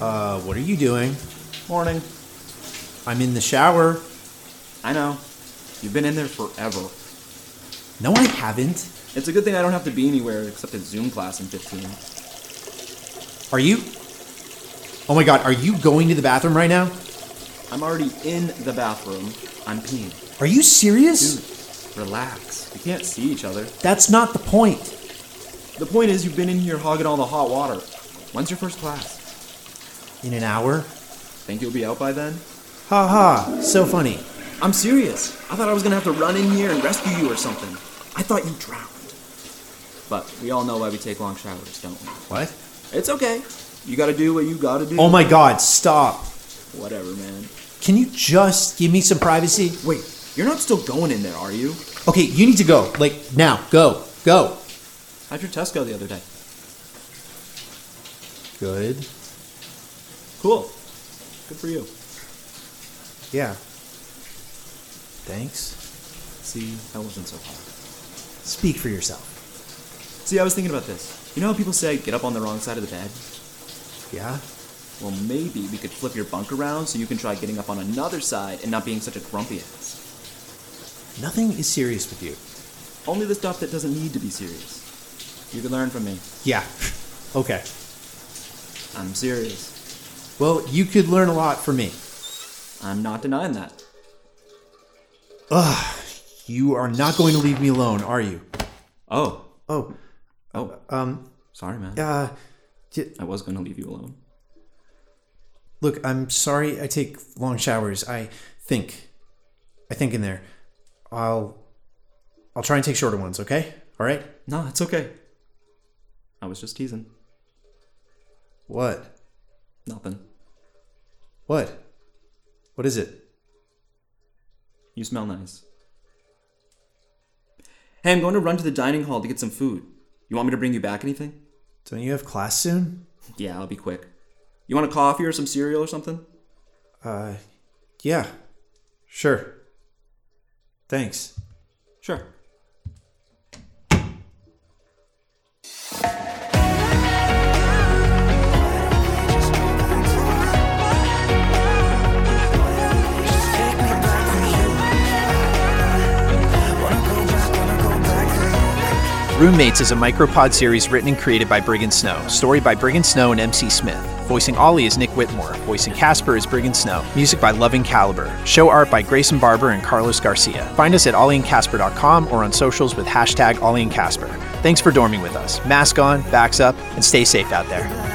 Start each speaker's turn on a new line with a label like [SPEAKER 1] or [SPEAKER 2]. [SPEAKER 1] Uh, what are you doing?
[SPEAKER 2] Morning.
[SPEAKER 1] I'm in the shower.
[SPEAKER 2] I know. You've been in there forever.
[SPEAKER 1] No, I haven't.
[SPEAKER 2] It's a good thing I don't have to be anywhere except at Zoom class in 15.
[SPEAKER 1] Are you? Oh my god, are you going to the bathroom right now?
[SPEAKER 2] I'm already in the bathroom. I'm peeing.
[SPEAKER 1] Are you serious?
[SPEAKER 2] Dude, relax. We can't see each other.
[SPEAKER 1] That's not the point.
[SPEAKER 2] The point is, you've been in here hogging all the hot water. When's your first class?
[SPEAKER 1] In an hour?
[SPEAKER 2] Think you'll be out by then?
[SPEAKER 1] Ha ha, so funny.
[SPEAKER 2] I'm serious. I thought I was gonna have to run in here and rescue you or something. I thought you drowned. But we all know why we take long showers, don't we?
[SPEAKER 1] What?
[SPEAKER 2] It's okay. You gotta do what you gotta do.
[SPEAKER 1] Oh my god, stop.
[SPEAKER 2] Whatever, man.
[SPEAKER 1] Can you just give me some privacy?
[SPEAKER 2] Wait, you're not still going in there, are you?
[SPEAKER 1] Okay, you need to go. Like, now, go, go.
[SPEAKER 2] How'd your test go the other day?
[SPEAKER 1] Good.
[SPEAKER 2] Cool. Good for you.
[SPEAKER 1] Yeah. Thanks.
[SPEAKER 2] See, that wasn't so hard.
[SPEAKER 1] Speak for yourself.
[SPEAKER 2] See, I was thinking about this. You know how people say get up on the wrong side of the bed?
[SPEAKER 1] Yeah?
[SPEAKER 2] Well, maybe we could flip your bunk around so you can try getting up on another side and not being such a grumpy ass.
[SPEAKER 1] Nothing is serious with you.
[SPEAKER 2] Only the stuff that doesn't need to be serious. You can learn from me.
[SPEAKER 1] Yeah. Okay.
[SPEAKER 2] I'm serious.
[SPEAKER 1] Well, you could learn a lot from me.
[SPEAKER 2] I'm not denying that.
[SPEAKER 1] Ugh, you are not going to leave me alone, are you?
[SPEAKER 2] Oh,
[SPEAKER 1] Oh,
[SPEAKER 2] oh,
[SPEAKER 1] um,
[SPEAKER 2] sorry, man.
[SPEAKER 1] uh, j-
[SPEAKER 2] I was gonna leave you alone.
[SPEAKER 1] look, I'm sorry I take long showers. I think. I think in there. I'll. I'll try and take shorter ones, okay? All right?
[SPEAKER 2] No, it's okay. I was just teasing.
[SPEAKER 1] What?
[SPEAKER 2] Nothing.
[SPEAKER 1] What? What is it?
[SPEAKER 2] You smell nice. Hey, I'm going to run to the dining hall to get some food. You want me to bring you back anything?
[SPEAKER 1] Don't you have class soon?
[SPEAKER 2] Yeah, I'll be quick. You want a coffee or some cereal or something?
[SPEAKER 1] Uh, yeah. Sure. Thanks.
[SPEAKER 2] Sure.
[SPEAKER 3] Roommates is a micropod series written and created by Brigham Snow. Story by Brigham Snow and MC Smith. Voicing Ollie is Nick Whitmore. Voicing Casper is Brigham Snow. Music by Loving Caliber. Show art by Grayson Barber and Carlos Garcia. Find us at ollieandcasper.com or on socials with hashtag Ollie and Casper. Thanks for dorming with us. Mask on, backs up, and stay safe out there.